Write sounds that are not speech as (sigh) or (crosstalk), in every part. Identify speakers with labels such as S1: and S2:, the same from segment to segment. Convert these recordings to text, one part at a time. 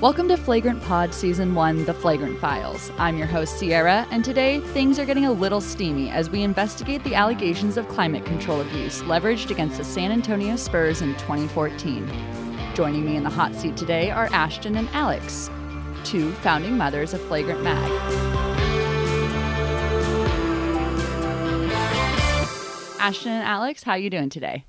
S1: Welcome to Flagrant Pod Season 1 The Flagrant Files. I'm your host, Sierra, and today things are getting a little steamy as we investigate the allegations of climate control abuse leveraged against the San Antonio Spurs in 2014. Joining me in the hot seat today are Ashton and Alex, two founding mothers of Flagrant Mag. Ashton and Alex, how you doing today?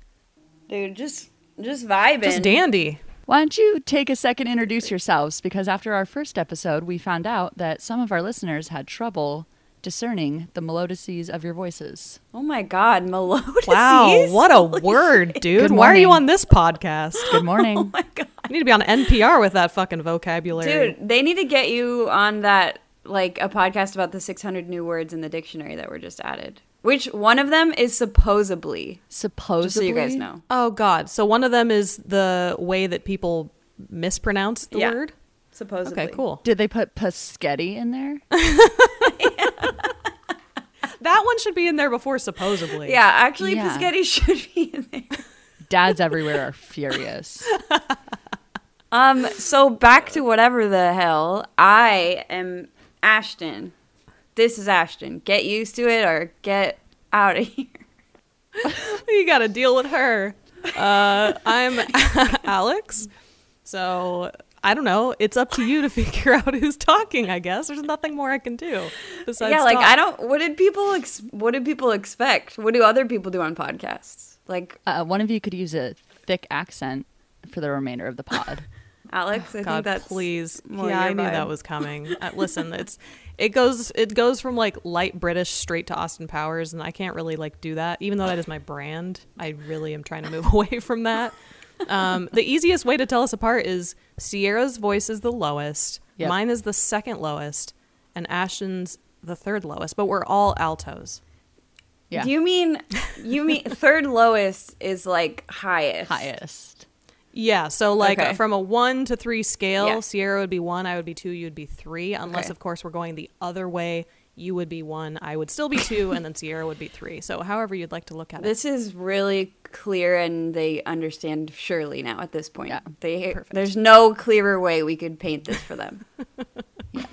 S2: Dude, just just vibing.
S3: Just dandy.
S1: Why don't you take a second introduce yourselves? Because after our first episode, we found out that some of our listeners had trouble discerning the melodicies of your voices.
S2: oh my god, (laughs) melodies.
S3: Wow, what
S2: (laughs)
S3: a word, dude.
S1: Good
S3: Why are you
S1: morning.
S3: on this podcast?
S1: Good morning.
S2: (laughs) Oh my god.
S3: You need to be on NPR with that fucking vocabulary.
S2: Dude, they need to get you on that like a podcast about the 600 new words in the dictionary that were just added. Which one of them is supposedly?
S1: Supposedly,
S2: Just so you guys know.
S3: Oh god. So one of them is the way that people mispronounce the
S2: Yeah.
S3: word.
S2: Supposedly.
S3: Okay, cool.
S1: Did they put Paschetti in there?
S3: That one should be in there before supposedly.
S2: Yeah, actually
S1: Yeah.
S2: Pischetti (laughs) should be in there.
S1: Dads everywhere are
S2: (laughs)
S1: furious.
S2: Um so back to whatever the hell. I am Ashton. This is Ashton. Get used to it or get out of (laughs) here.
S3: (laughs) You got to deal with her. Uh, I'm (laughs) Alex. So I don't know. It's up to (laughs) you to figure out who's talking, I guess. There's nothing more I can do besides
S2: yeah, like
S3: talk.
S2: I don't. What did people? Ex- what did people expect? What do other people do on podcasts? Like
S1: Uh, one of you could use a thick accent for the remainder of the
S2: (laughs)
S1: pod.
S3: (sighs)
S2: Alex, I think
S3: God,
S2: that's
S3: please.
S2: more
S3: yeah,
S2: your
S3: I knew
S2: vibe.
S3: that was coming.
S2: (laughs)
S3: Uh, listen, it's it goes it goes from like light British straight to Austin Powers, and I can't really like do that. Even though that is my brand, I really am trying to move (laughs) away from that. Um, the easiest way to tell us apart is Sierra's voice is the lowest,
S1: Yep.
S3: mine is the second lowest, and Ashton's the third lowest. But we're all altos.
S1: Yeah.
S2: You mean you
S3: (laughs)
S2: mean third lowest is like highest.
S1: Highest.
S3: Yeah, so like
S2: Okay.
S3: from a one to three scale,
S2: Yeah.
S3: Sierra would be one, I would be two, you'd be three, unless
S2: Okay.
S3: of course we're going the other way. You would be one, I would (laughs) still be two, and then Sierra would be three. So however you'd like to look at it.
S2: This is really clear, and they understand surely now at this point.
S1: Yeah.
S2: They
S3: Perfect.
S2: there's no clearer way we could paint this for
S3: (laughs)
S2: them.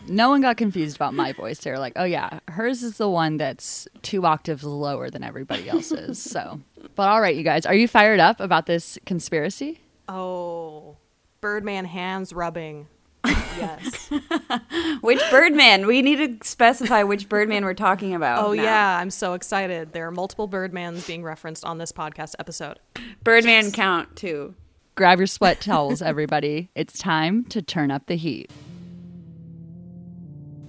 S1: No one got confused about my voice. They were like, oh, yeah, hers is the one that's two octaves lower than everybody else's. So, but all right, you guys, are you fired up about this conspiracy?
S3: Oh, Birdman hands rubbing. Yes.
S2: which Birdman? We need to specify which Birdman we're talking about.
S3: (laughs) oh
S2: now.
S3: yeah, I'm so excited. There are multiple Birdmans being referenced on this podcast episode.
S2: Birdman count too.
S1: Grab your sweat towels, everybody. It's time to turn up the heat.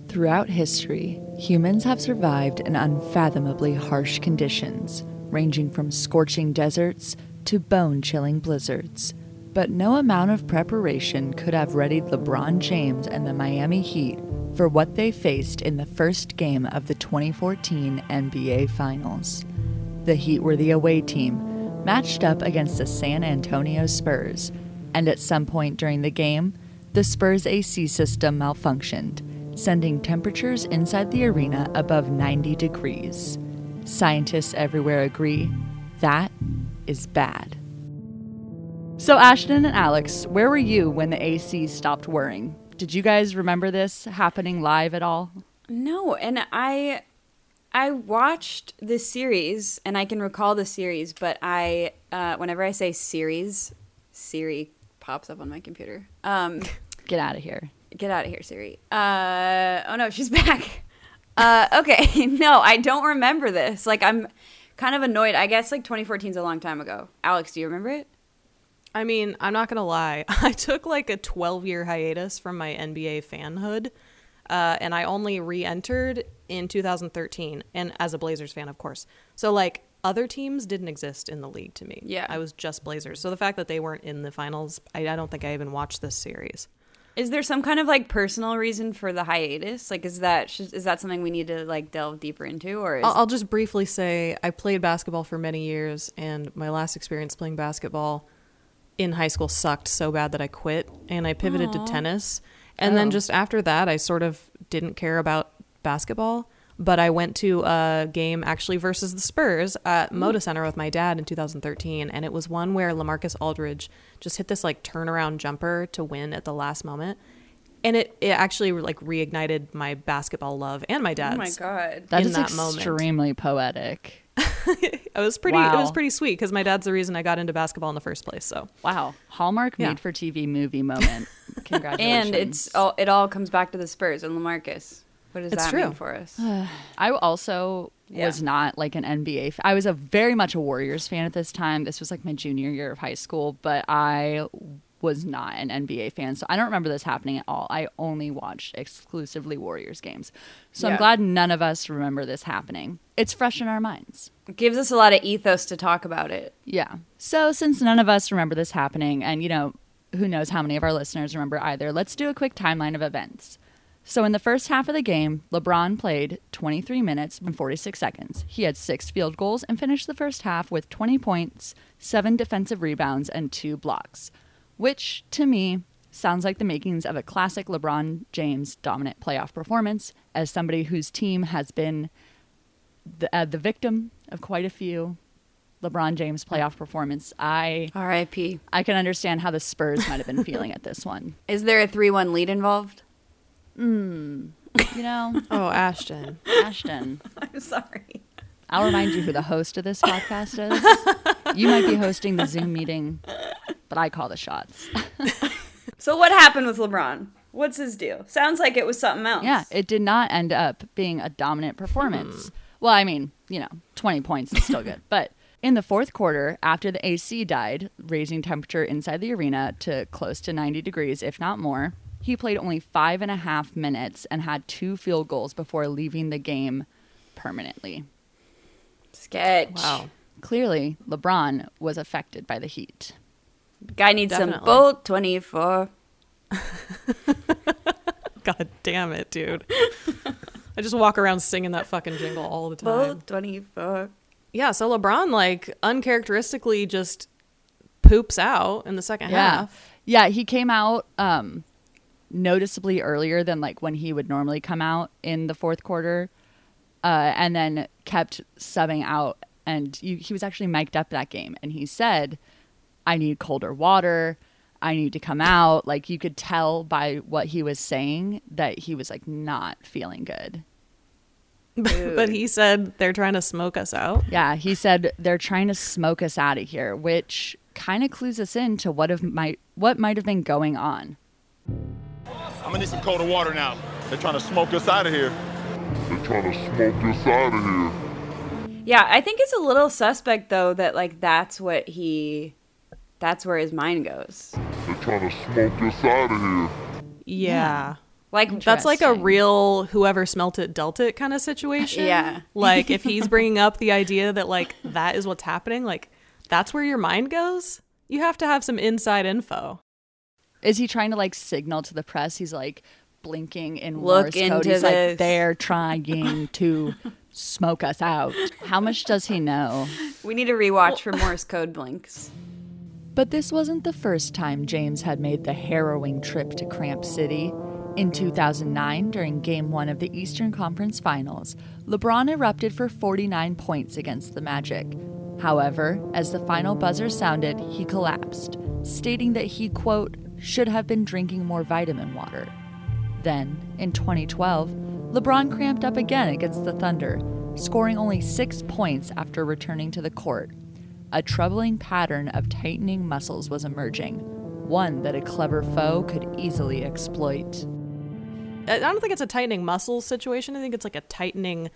S1: Throughout history, humans have survived in unfathomably harsh conditions, ranging from scorching deserts to bone chilling blizzards. But no amount of preparation could have readied LeBron James and the Miami Heat for what they faced in the first game of the 2014 NBA Finals. The Heat were the away team, matched up against the San Antonio Spurs. And at some point during the game, the Spurs AC system malfunctioned, sending temperatures inside the arena above 90 degrees. Scientists everywhere agree that is bad. So, Ashton and Alex, where were you when the AC stopped whirring? Did you guys remember this happening live at all?
S2: No, and I I watched this series and I can recall the series, but I uh, whenever I say series, Siri pops up on my computer. (laughs) Um,
S1: Get out of here.
S2: get out of here, Siri. Uh, oh no, she's (laughs) back. Uh, okay, (laughs) no, I don't remember this. Like I'm kind of annoyed. I guess like 2014 is a long time ago. Alex, do you remember it?
S3: I mean, I'm not gonna lie. (laughs) I took like a 12 year hiatus from my NBA fanhood, uh, and I only re-entered in 2013, and as a Blazers fan, of course. So like other teams didn't exist in the league to me.
S2: Yeah.
S3: I was just Blazers. So the fact that they weren't in the finals, I, I don't think I even watched this series.
S2: Is there some kind of like personal reason for the hiatus? Like, is that sh- is that something we need to like delve deeper into, or is
S3: I'll, I'll just briefly say I played basketball for many years, and my last experience playing basketball in high school sucked so bad that I quit and I pivoted to tennis. And then just after that, I sort of didn't care about basketball. But I went to a game actually versus the Spurs at Moda Center with my dad in 2013, and it was one where Lamarcus Aldridge just hit this like turnaround jumper to win at the last moment. and it, it actually like reignited my basketball love and my dad's.
S2: Oh my god.
S3: That
S1: That
S3: in
S1: is
S3: that moment.
S1: extremely poetic.
S3: It was pretty. It was
S1: Wow.
S3: pretty sweet because my dad's the reason I got into basketball in the first place. So
S1: Wow. Hallmark
S3: Yeah.
S1: made for TV movie
S2: (laughs)
S1: moment. Congratulations.
S2: And it's oh. all it all comes back to the Spurs and Lamarcus. What does
S3: It's
S2: that
S3: true.
S2: mean for us?
S1: I also
S2: Yeah.
S1: was not like an NBA. F- I was a very much a Warriors fan at this time. This was like my junior year of high school, but I was not an NBA fan. So I don't remember this happening at all. I only watched exclusively Warriors games. So I'm
S2: Yeah.
S1: glad none of us remember this happening. It's fresh in our minds.
S2: It gives us a lot of ethos to talk about it.
S1: Yeah. So since none of us remember this happening, and you know, who knows how many of our listeners remember either, let's do a quick timeline of events. So in the first half of the game, LeBron played 23 minutes and 46 seconds. He had six field goals and finished the first half with 20 points, seven defensive rebounds, and two blocks, which to me sounds like the makings of a classic LeBron James dominant playoff performance as somebody whose team has been the, uh, the victim of quite a few LeBron James playoff performance. I
S2: R.I.P.
S1: I can understand how the Spurs might have been feeling at this one.
S2: Is there a three-one lead involved?
S1: You know,
S3: oh Ashton, (laughs)
S1: Ashton,
S2: (laughs) I'm sorry.
S1: I'll remind you who the host of this podcast is. You might be hosting the Zoom meeting, but I call the shots.
S2: So what happened with LeBron? What's his deal? Sounds like it was something else.
S1: Yeah, it did not end up being a dominant performance. Well, I mean, you know, 20 points is still good. But in the fourth quarter, after the AC died, raising temperature inside the arena to close to 90 degrees, if not more, he played only five and a half minutes and had two field goals before leaving the game permanently.
S2: Sketch.
S3: wow,
S1: Clearly, LeBron was affected by the heat.
S2: Guy needs some
S3: Definitely.
S2: bolt 24.
S3: god damn it, dude. I just walk around singing that fucking jingle all the time.
S2: Bolt 24.
S3: Yeah, so LeBron like uncharacteristically just poops out in the second half. (laughs)
S1: Yeah, he came out um noticeably earlier than like when he would normally come out in the fourth quarter. Uh and then kept subbing out and you, he was actually mic'd up that game and he said, "I need colder water." I need to come out. Like you could tell by what he was saying that he was like not feeling good.
S3: but he said they're trying to smoke us out.
S1: Yeah, he said they're trying to smoke us out of here, which kind of clues us in to what have might what might have been going on.
S4: I'm gonna need some colder water now. They're trying to smoke us out of here.
S5: They're trying to smoke us out of here.
S2: Yeah, I think it's a little suspect though that like that's what he that's where his mind goes.
S5: They're trying to smoke us out of here.
S3: Yeah.
S2: Like
S3: That's like a
S1: Interesting.
S3: real whoever smelt it dealt it kind of situation.
S2: Yeah.
S3: (laughs) Like if he's bringing up the idea that like that is what's happening, like that's where your mind goes. You have to have some inside info.
S1: Is he trying to like signal to the press? He's like blinking in Look
S2: Look
S1: code.
S2: into
S1: He's
S2: this.
S1: like they're
S2: (laughs)
S1: trying to smoke us out. How much does he know?
S2: we need to rewatch for Morse code blinks.
S1: But this wasn't the first time James had made the harrowing trip to Cramp City. In 2009, during Game 1 of the Eastern Conference Finals, LeBron erupted for 49 points against the Magic. However, as the final buzzer sounded, he collapsed, stating that he, quote, should have been drinking more vitamin water. Then, in 2012, LeBron cramped up again against the Thunder, scoring only six points after returning to the court. A troubling pattern of tightening muscles was emerging, one that a clever foe could easily exploit.
S3: I I don't think it's a tightening muscle situation. I think it's like a tightening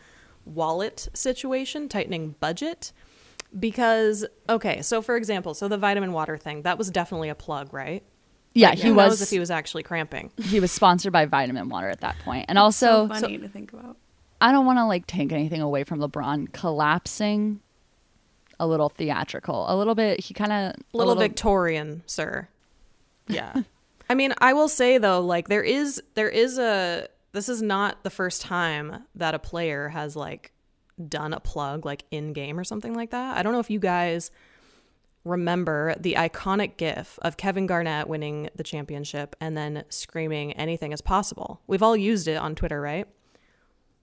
S3: wallet situation, tightening budget. Because okay, so for example, so the vitamin water thing, that was definitely a plug, right?
S1: Yeah,
S3: Like,
S1: he
S3: who knows
S1: was
S3: if he was actually cramping.
S1: he was sponsored by Vitamin Water at that point. And also,
S2: Funny to think about.
S1: I don't want to like take anything away from LeBron collapsing a little theatrical, a little bit. He kind of
S3: little, Victorian, sir. Yeah. (laughs) I mean, I will say though, like there is there is a this is not the first time that a player has like done a plug like in game or something like that. I don't know if you guys remember the iconic gif of Kevin Garnett winning the championship and then screaming anything is possible. We've all used it on Twitter, right?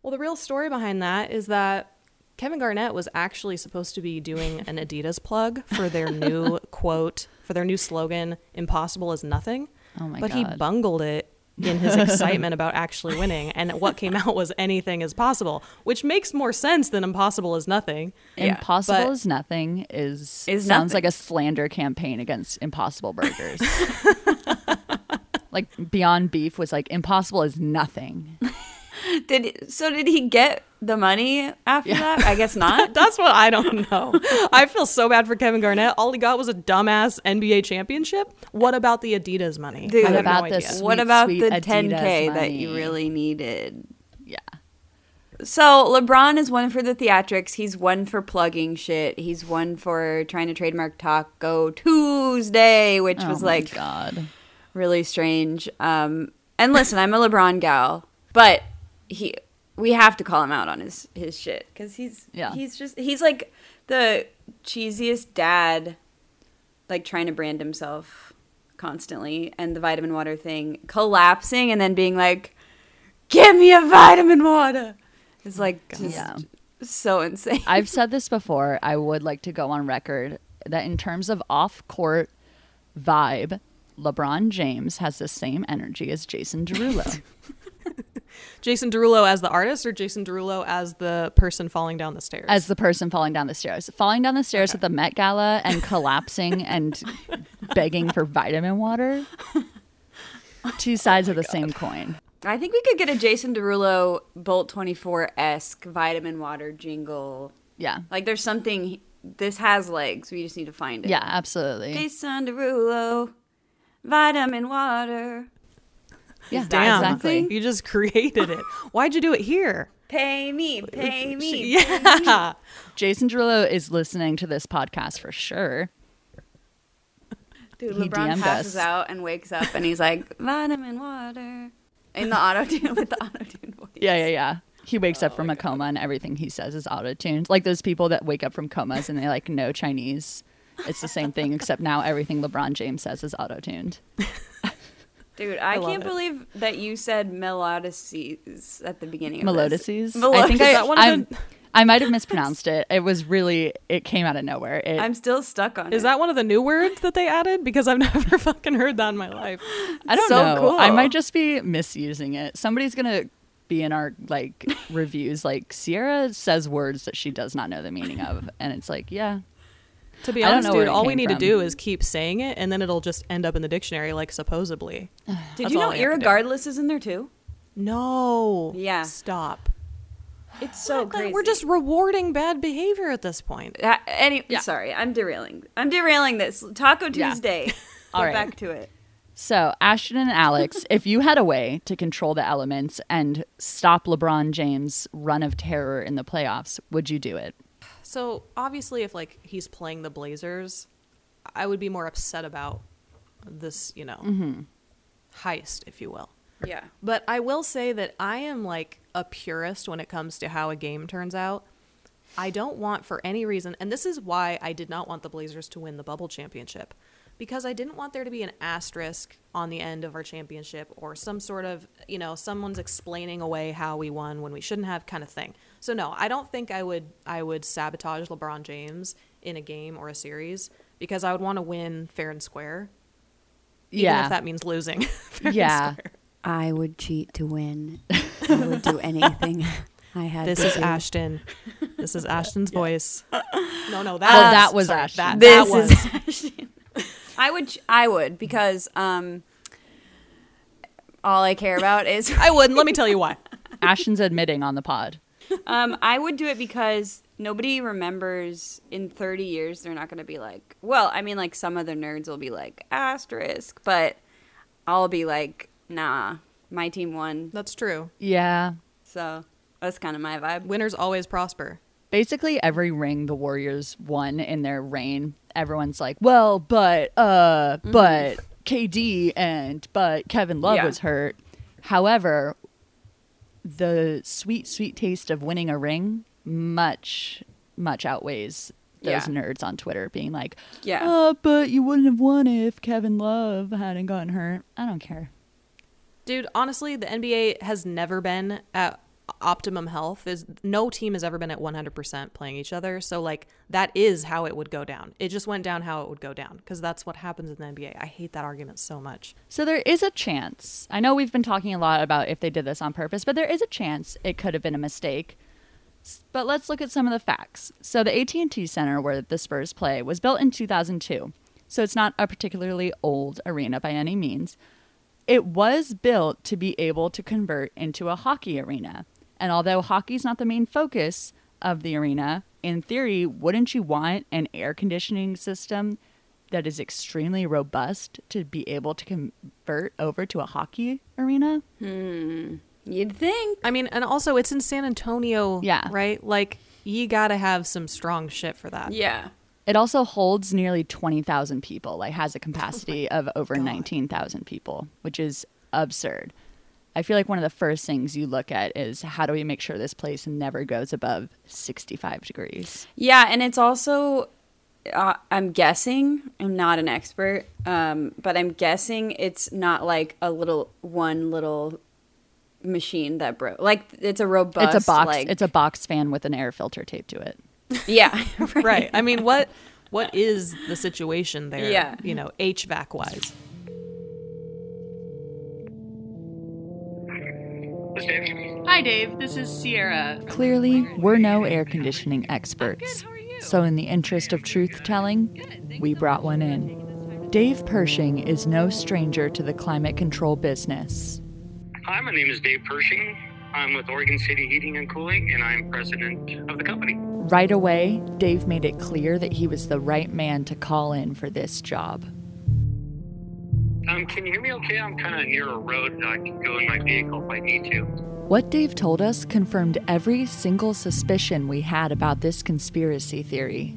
S3: Well, the real story behind that is that Kevin Garnett was actually supposed to be doing an Adidas plug
S1: (laughs)
S3: for their new quote, for their new slogan, impossible is nothing.
S1: Oh my
S3: but
S1: God.
S3: he bungled it in
S1: (laughs)
S3: his excitement about actually winning. And what came out was anything is possible, which makes more sense than impossible is nothing.
S2: Yeah,
S1: impossible
S3: but-
S1: is nothing is,
S2: Is
S1: sounds
S2: nothing.
S1: like a slander campaign against Impossible
S2: (laughs)
S1: Burgers. like Beyond Beef was like Impossible is nothing.
S2: Did so? Did he get the money after that?
S1: (laughs)
S2: I guess not.
S3: That's what I don't know. I feel so bad for Kevin Garnett. All he got was a dumbass NBA championship. What about the Adidas money?
S2: Dude,
S3: I have
S2: What
S1: about
S3: no
S1: this-
S3: idea.
S2: what
S1: Sweet,
S2: about
S1: sweet
S2: the
S1: Adidas
S2: 10k that
S1: money.
S2: you really needed?
S1: Yeah.
S2: So LeBron is one for the theatrics. He's one for plugging shit. He's one for trying to trademark Taco Tuesday, which
S1: Oh
S2: was
S1: my
S2: like
S1: God.
S2: really strange. Um, and listen, I'm a LeBron gal, but he we have to call him out on his his shit because he's
S1: Yeah.
S2: he's just he's like the cheesiest dad, like trying to brand himself constantly, and the vitamin water thing collapsing, and then being like, "Give me a vitamin water." It's like just
S1: Yeah.
S2: so insane.
S1: I've said this before. I would like to go on record that in terms of off court vibe, LeBron James has the same energy as Jason Derulo.
S3: Jason Derulo as the artist or Jason Derulo as the person falling down the stairs?
S1: as the person falling down the stairs, falling down the stairs at the Met Gala and collapsing (laughs) and begging for vitamin water. Two sides of the same coin.
S2: I think we could get a Jason Derulo Bolt 24 esque vitamin water jingle.
S1: Yeah.
S2: Like there's something this has legs. We just need to find it.
S1: Yeah, absolutely.
S2: Jason Derulo, vitamin water,
S1: Yeah,
S3: Damn.
S1: exactly.
S3: You just created it. Why'd you do it here?
S2: pay me, pay
S1: (laughs)
S2: me.
S3: Yeah.
S1: Jason Derulo is listening to this podcast for sure.
S2: Dude,
S1: He
S2: LeBron
S1: DM'd
S2: passes
S1: us.
S2: out and wakes up and he's
S3: (laughs)
S2: like vitamin water in the auto tune with the auto tune voice.
S1: Yeah, yeah, yeah. Oh He wakes up from a coma and everything he says is auto tuned. Like those people that wake up from comas and they like know Chinese. It's the same thing, except now everything LeBron James says is auto tuned.
S2: Dude, I,
S3: love
S2: can't
S3: it.
S2: believe that you said melodices at the beginning. of this.
S1: Melodices.
S2: Melodices.
S1: I think
S3: Is
S1: I,
S3: that one of
S1: I'm-
S3: the-
S1: I might have mispronounced it. It was really, it came out of nowhere. It,
S2: I'm still stuck on.
S3: Is
S2: it.
S3: that one of the new words that they added? Because I've (laughs) never fucking heard that in my life.
S1: I don't
S2: so
S1: know.
S2: cool.
S1: I might just be misusing it. Somebody's going to be in our like (laughs) reviews like Sierra says words that she does not know the meaning of and it's like yeah
S3: To be
S1: I don't
S3: honest,
S1: know where
S3: dude,
S1: it
S3: all we
S1: came
S3: need
S1: from.
S3: to do is keep saying it and then it'll just end up in the dictionary, like supposedly.
S2: Did
S3: That's
S2: you
S3: all
S2: know
S3: I have to do.
S2: Irregardless is in there too?
S3: No.
S2: Yeah.
S3: Stop.
S2: It's so crazy.
S3: We're just rewarding bad behavior at this point.
S2: Uh, any,
S1: Yeah.
S2: sorry, I'm derailing. I'm derailing this Taco
S1: Yeah.
S2: Tuesday. Get
S1: All right.
S2: back to it.
S1: so Ashton and
S3: (laughs)
S1: Alex if you had a way to control the elements and stop LeBron James run of terror in the playoffs would you do it
S3: So obviously, if like he's playing the Blazers, I would be more upset about this, you know,
S1: Mm-hmm.
S3: heist, if you will.
S2: Yeah.
S3: But I will say that I am like a purist when it comes to how a game turns out. I don't want for any reason, and this is why I did not want the Blazers to win the bubble championship because I didn't want there to be an asterisk on the end of our championship or some sort of, you know, someone's explaining away how we won when we shouldn't have kind of thing. So no, I don't think I would I would sabotage LeBron James in a game or a series because I would want to win fair and square. Even
S1: yeah
S3: if that (laughs) means losing. fair and
S1: yeah
S3: square.
S6: I would cheat to win. I would do anything I had
S3: This
S6: to
S3: is
S6: do.
S3: Ashton. This (laughs) is Ashton's voice. No,
S1: Oh,
S3: no, that,
S1: that was
S3: sorry,
S1: Ashton.
S3: That,
S2: This
S3: that was.
S2: is (laughs) I would ch- I would because um all I care about is
S3: (laughs)
S2: (laughs)
S3: I wouldn't. Let me tell you why.
S1: Ashton's admitting on the pod
S2: um I would do it because nobody remembers in 30 years they're not going to be like, well, I mean like some other nerds will be like asterisk, but I'll be like, nah, my team won.
S3: (laughs) That's true.
S1: yeah
S2: So that's kind of my vibe.
S3: Winners always prosper.
S1: basically every ring the Warriors won in their reign, everyone's like, well, but, uh, but KD and, but Kevin Love
S2: Mm-hmm. Yeah.
S1: was hurt. However, the sweet, sweet taste of winning a ring much, much outweighs those
S2: Yeah.
S1: nerds on Twitter being like,
S2: Yeah.
S1: uh, but you wouldn't have won if Kevin Love hadn't gotten hurt. I don't care.
S3: Dude, honestly, the NBA has never been at optimum health is no team has ever been at 100% playing each other. So like that is how it would go down. It just went down how it would go down because that's what happens in the NBA. I hate that argument so much.
S1: So there is a chance. I know we've been talking a lot about if they did this on purpose, but there is a chance it could have been a mistake. S- But let's look at some of the facts. So the AT&T Center where the Spurs play was built in 2002. So it's not a particularly old arena by any means. It was built to be able to convert into a hockey arena. And although hockey's not the main focus of the arena, in theory, wouldn't you want an air conditioning system that is extremely robust to be able to convert over to a hockey arena?
S2: You'd think.
S3: I mean, and also it's in San Antonio,
S1: Yeah.
S3: right? Like you got to have some strong shit for that.
S2: Yeah.
S1: It also holds nearly 20,000 people, like has a capacity of over 19,000 people, which is absurd. I feel like one of the first things you look at is how do we make sure this place never goes above 65 degrees?
S2: Yeah, and it's also, uh, I'm guessing, I'm not an expert, um, but I'm guessing it's not like a little, one little machine that broke. Like, it's a robust.
S1: it's a box.
S2: Like,
S1: it's a box fan with an air filter taped to it.
S2: (laughs) Yeah. (laughs) right.
S3: (laughs) Right. I mean, what what is the situation there?
S2: Yeah.
S3: You know, HVAC wise.
S1: Hi, Dave. This is Sierra.
S7: Clearly, we're no air conditioning experts. So, in the interest of truth telling, we brought one in. Dave Pershing is no stranger to the climate control business.
S8: Hi, my name is Dave Pershing. I'm with Oregon City Heating and Cooling, and I'm president of the company.
S7: Right away, Dave made it clear that he was the right man to call in for this job.
S8: Um, can you hear me okay? I'm kind of near a road that I can go in my vehicle if I need to.
S7: What Dave told us confirmed every single suspicion we had about this conspiracy theory.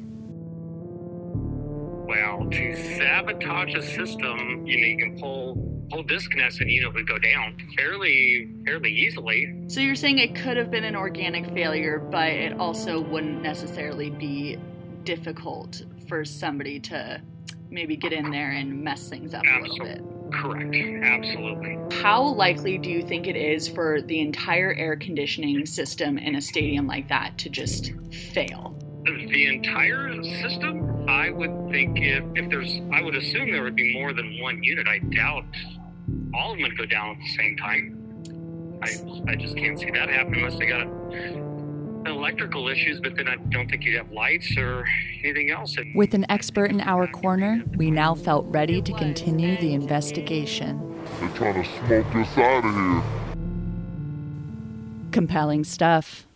S8: Well, to sabotage a system, you know, you can pull pull disconnects, and you know, it would go down fairly fairly easily.
S1: So you're saying it could have been an organic failure, but it also wouldn't necessarily be difficult for somebody to maybe get in there and mess things up a little bit.
S8: Absolutely. Correct. Absolutely.
S1: How likely do you think it is for the entire air conditioning system in a stadium like that to just fail?
S8: The entire system, I would think if, if there's, I would assume there would be more than one unit. I doubt all of them would go down at the same time. I, I just can't see that happening unless they got electrical issues, but then I don't think you'd have lights or anything else. And
S7: With an expert in our corner, we now felt ready to continue the investigation.
S5: They're trying to smoke us out of here.
S7: Compelling stuff.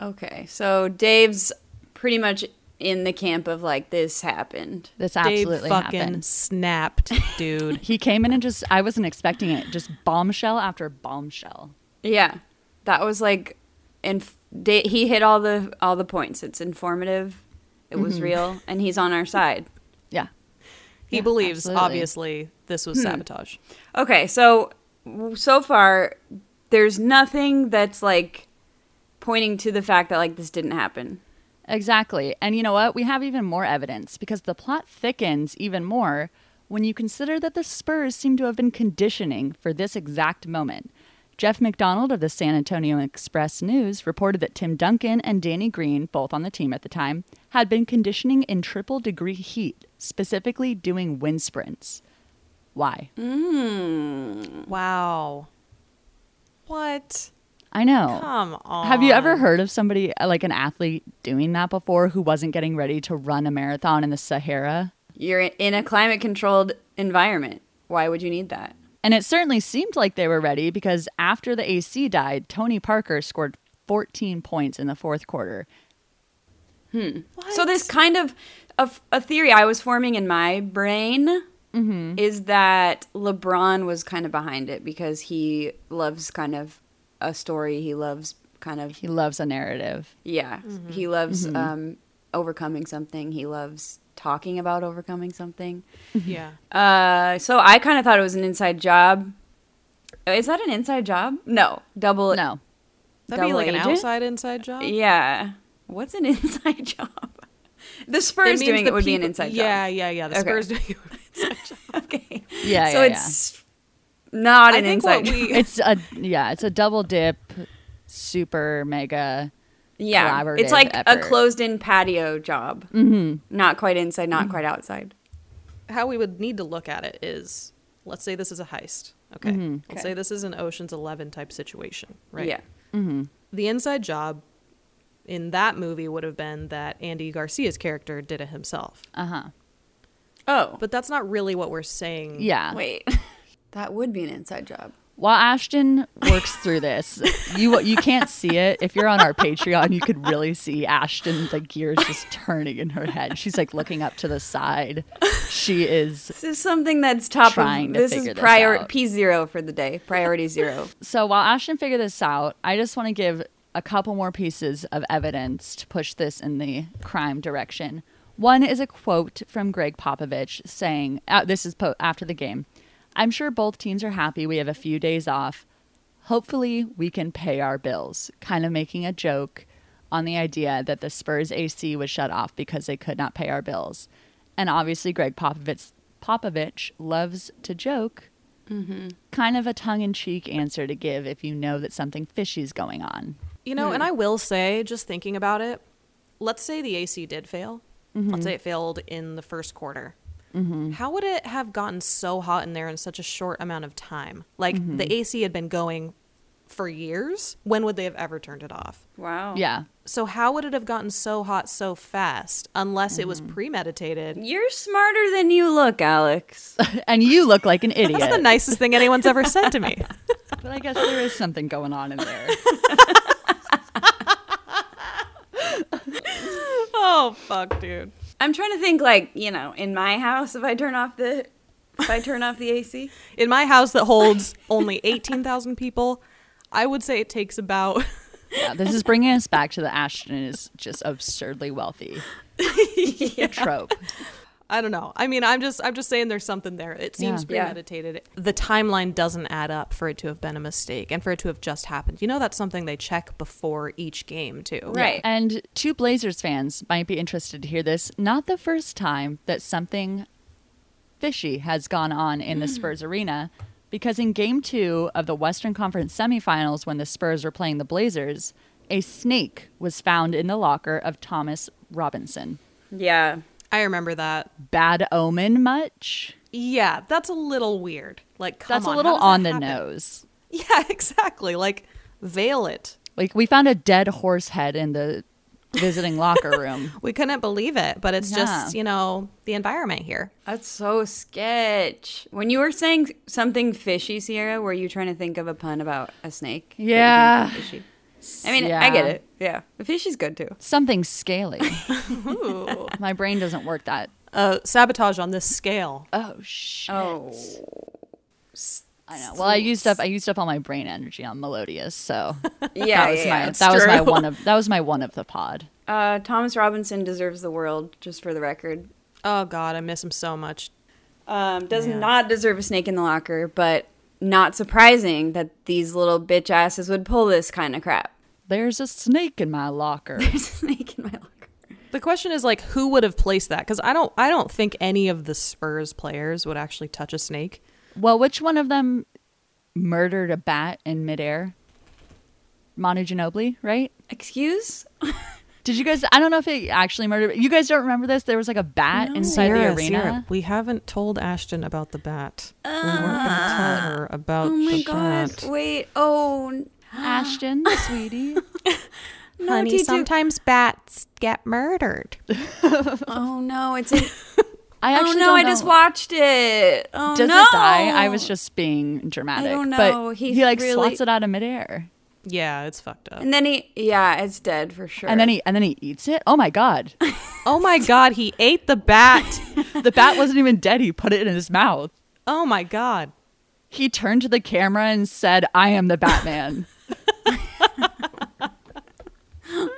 S2: Okay. So Dave's pretty much in the camp of like, this happened.
S1: This
S3: Dave
S1: absolutely
S3: fucking
S1: happened. (laughs)
S3: snapped, dude.
S1: He came in and just, I wasn't expecting it, just bombshell after bombshell.
S2: Yeah, that was like, and da- he hit all the all the points. It's informative. It was
S1: Mm-hmm.
S2: real, and he's on our side.
S1: Yeah.
S3: He believes
S1: absolutely. Hmm.
S3: obviously this was sabotage.
S2: Okay, so so far, there's nothing that's like pointing to the fact that like this didn't happen.
S1: Exactly. And you know what? We have even more evidence because the plot thickens even more when you consider that the Spurs seem to have been conditioning for this exact moment. Jeff McDonald of the San Antonio Express News reported that Tim Duncan and Danny Green, both on the team at the time, had been conditioning in triple degree heat, specifically doing wind sprints. Why?
S3: Wow. What?
S1: I know.
S3: Come on.
S1: Have you ever heard of somebody, uh, like an athlete, doing that before who wasn't getting ready to run a marathon in the Sahara?
S2: You're in a climate controlled environment. Why would you need that?
S1: And it certainly seemed like they were ready because after the AC died, Tony Parker scored 14 points in the fourth quarter.
S2: So this kind of a, a theory I was forming in my brain is that LeBron was kind of behind it because he loves kind of a story. He loves kind of
S1: He loves a narrative.
S2: yeah. He loves um, overcoming something. He loves talking about overcoming something.
S3: Yeah.
S2: Uh, so I kind of thought it was an inside job. Uh, Is that an inside job? No, double
S1: No.
S3: That'd be
S2: double
S3: like an
S2: agent?
S3: outside inside job.
S2: Yeah. What's an (laughs) inside job? The Spurs
S3: means
S2: doing
S3: the
S2: it would be an
S3: people-
S2: inside job.
S3: Yeah, yeah, yeah. The
S2: Okay.
S3: Spurs doing it.
S2: (laughs) okay.
S1: Yeah,
S2: So
S1: yeah,
S2: it's not
S3: I
S2: an
S3: think
S2: inside
S3: what
S2: job.
S3: we
S1: It's a yeah, it's a double dip super mega.
S2: (laughs) yeah
S1: collaborative
S2: it's like a
S1: effort.
S2: closed in patio job mm-hmm. not quite inside
S1: Mm-hmm.
S2: not quite outside
S3: (laughs) how we would need to look at it is let's say this is a heist. Okay. Let's say this is an Ocean's 11 type situation, right?
S2: Mm-hmm. yeah
S3: The inside job in that movie would have been that Andy Garcia's character did it himself.
S1: Uh huh.
S2: oh
S3: But that's not really what we're saying.
S1: Yeah.
S2: wait (laughs) that would be an inside job
S1: While Ashton works through this, you you can't see it. If you're on our Patreon, you could really see Ashton the gears just turning in her head. She's like looking up to the side. She is
S2: this is something that's top
S1: Trying
S2: of
S1: to
S2: this
S1: figure
S2: is
S1: this
S2: prior
S1: out.
S2: p zero for the day priority
S1: (laughs)
S2: zero
S1: So while Ashton figure this out, I just want to give a couple more pieces of evidence to push this in the crime direction. One is a quote from Greg Popovich saying, uh, "This is po- after the game. I'm sure both teams are happy we have a few days off. Hopefully, we can pay our bills." Kind of making a joke on the idea that the Spurs AC was shut off because they could not pay our bills. And obviously, Greg Popovich Popovich loves to joke kind of a tongue in cheek answer to give if you know that something fishy's going on.
S3: You
S1: Mm-hmm.
S3: know, and I will say, just thinking about it, let's say the AC did fail.
S1: Mm-hmm.
S3: Let's say it failed in the first quarter. How would it have gotten so hot in there in such a short amount of time? Like
S1: Mm-hmm.
S3: the AC had been going for years. When would they have ever turned it off?
S2: wow
S1: Yeah.
S3: So how would it have gotten so hot so fast unless it was
S1: Mm-hmm.
S3: premeditated?
S2: you're smarter than you look (laughs) alex
S1: (laughs) And you look like an idiot.
S3: That's the nicest thing anyone's ever said
S1: (laughs)
S3: to me.
S1: but I guess there is something going on in there.
S3: oh fuck, dude.
S2: i'm trying to think like you know in my house if i turn off the if i turn off the ac
S3: In my house that holds only 18,000 people, I would say it takes about
S1: (laughs)
S3: (laughs)
S1: Yeah, this is bringing us back to the Ashton is just absurdly (laughs) wealthy trope.
S3: I don't know. I mean, I'm just I'm just saying there's something there. It seems
S1: Yeah.
S2: Yeah.
S3: premeditated. The timeline doesn't add up for it to have been a mistake and for it to have just happened. You know that's something they check before each game too.
S2: (laughs) Right.
S1: And two Blazers fans might be interested to hear this. Not the first time that something fishy has gone on in
S3: Mm.
S1: the Spurs arena because in game two of the Western Conference semifinals, when the Spurs were playing the Blazers, a snake was found in the locker of Thomas Robinson.
S2: yeah
S3: I remember that.
S1: Bad omen, much?
S3: Yeah, that's a little weird. Like come
S1: That's a
S3: on, how
S1: little
S3: does that
S1: on the
S3: happen?
S1: nose.
S3: (laughs) Yeah, exactly. Like veil it.
S1: Like, we found a dead horse head in the visiting locker
S3: (laughs)
S1: room.
S3: We couldn't believe it, but it's just,
S1: Yeah.
S3: you know, the environment here.
S2: That's so sketch. When you were saying something fishy, Sierra, were you trying to think of a pun about a snake? that you think
S1: Yeah.
S2: is Fishy? I mean, I
S1: Yeah.
S2: get it. Yeah. The fishy's good too.
S1: Something
S3: (laughs)
S1: scaly. My brain doesn't work that
S3: Uh, sabotage on this scale.
S1: Oh shit!
S2: Oh.
S1: I know. Well, I used up I used up all my brain energy on Melodious,
S2: (laughs)
S1: so that
S2: Yeah.
S1: was
S2: yeah,
S1: my
S2: yeah.
S1: that was my
S3: true.
S1: one of that was my one of the pod.
S2: Uh, Thomas Robinson deserves the world, just for the record.
S3: Oh god, I miss him so much.
S2: Um, does not deserve a snake in the locker, but not surprising that these little bitch asses would pull this kind of crap. (laughs)
S1: There's a snake in my locker.
S2: There's a snake in my locker.
S3: The question is like who would have placed that? Because I don't I don't think any of the Spurs players would actually touch a snake.
S1: well, which one of them murdered a bat in midair? Manu Ginobili, right?
S2: Excuse?
S1: Did you guys? I don't know if it actually murdered. You guys don't remember this? There was like a bat inside the arena.
S3: (gasps) we haven't told Ashton about the bat. we weren't going to tell her about
S2: Oh my god. Wait. Oh.
S1: Ashton,
S2: (laughs)
S1: sweetie,
S3: Honey,
S2: T two.
S3: sometimes bats get murdered.
S2: Oh no. It's in.
S1: (laughs) I
S2: Oh
S1: actually
S2: no,
S1: don't
S2: I just
S1: know.
S2: watched it. Oh
S1: Does
S2: no.
S1: it die? I was just being dramatic.
S2: don't know.
S1: But
S2: He
S1: he, like
S2: really-
S1: swats it out of midair.
S3: Yeah, it's fucked up.
S2: And then he yeah, it's dead for sure.
S1: and then he and then he eats it. Oh my god!
S3: Oh my god, he ate the bat.
S1: the bat wasn't even dead. He put it in his mouth.
S3: Oh my god.
S1: He turned to the camera and said, "I am the Batman."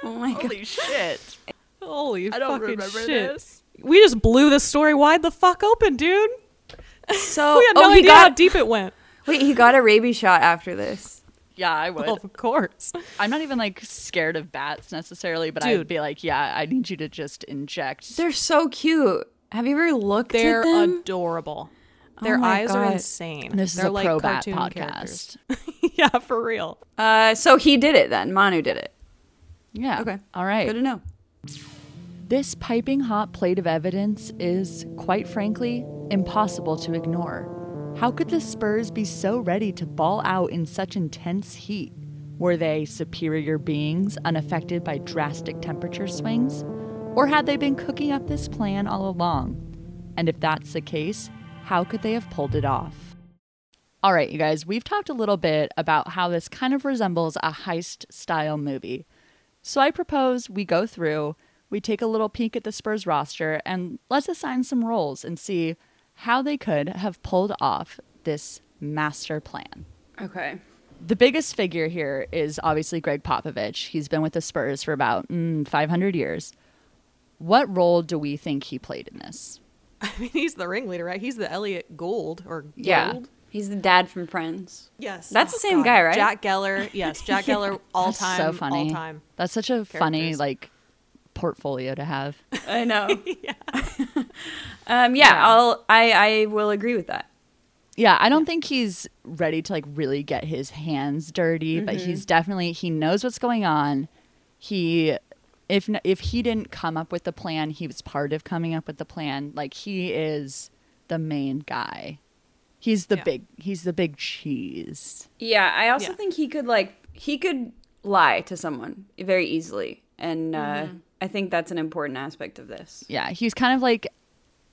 S2: Oh my
S1: (laughs)
S2: god.
S1: Holy shit!
S3: Holy
S1: I don't
S3: fucking
S1: remember
S3: shit.
S1: this.
S3: We just blew this story wide the fuck open, dude.
S2: So
S3: We had no
S2: oh, he
S3: idea how
S2: got
S3: deep it went.
S2: wait, he got a rabies shot after this.
S1: Yeah, I would.
S3: Of course.
S1: I'm not even like scared of bats necessarily, but I
S3: Dude.
S1: would be like, "Yeah, I need you to just inject."
S2: They're so cute. Have you ever looked
S3: They're
S2: at them?
S3: adorable. Their
S2: my
S3: eyes are
S2: God.
S3: insane.
S1: This is
S3: They're
S1: a
S3: like
S1: pro bat
S3: cartoon
S1: podcast.
S3: characters. (laughs) yeah, for real.
S2: Uh, so he did it then. Manu did it.
S1: Yeah.
S2: Okay.
S1: All right.
S2: Good to know.
S1: This piping hot plate of evidence is, quite frankly, impossible to ignore. How could the Spurs be so ready to ball out in such intense heat? Were they superior beings unaffected by drastic temperature swings? Or had they been cooking up this plan all along? And if that's the case, how could they have pulled it off? All right, you guys, we've talked a little bit about how this kind of resembles a heist style movie. So I propose we go through, we take a little peek at the Spurs roster, and let's assign some roles and see how they could have pulled off this master plan.
S2: Okay.
S1: The biggest figure here is obviously Greg Popovich. He's been with the Spurs for about mm, 500 years. What role do we think he played in this?
S3: I mean, he's the ringleader, right? He's the Elliot Gould or Gould.
S1: Yeah.
S2: He's the dad from Friends.
S3: Yes. Oh,
S2: That's the same guy, right?
S3: Jack Geller. Yes, Jack Geller all
S1: That's
S3: time.
S1: so funny.
S3: All time.
S1: That's such a funny
S3: characters.
S1: like portfolio to have.
S2: I know. (laughs) yeah. Um, yeah, I'll I, I will agree with that.
S1: Yeah, I don't think he's ready to like really get his hands dirty, but he's definitely he knows what's going on. He if n- if he didn't come up with the plan, he was part of coming up with the plan. Like he is the main guy. He's the
S3: Yeah.
S1: big he's the big cheese.
S2: Yeah, I also
S3: Yeah.
S2: think he could like he could lie to someone very easily. And uh, I think that's an important aspect of this.
S1: Yeah, he's kind of like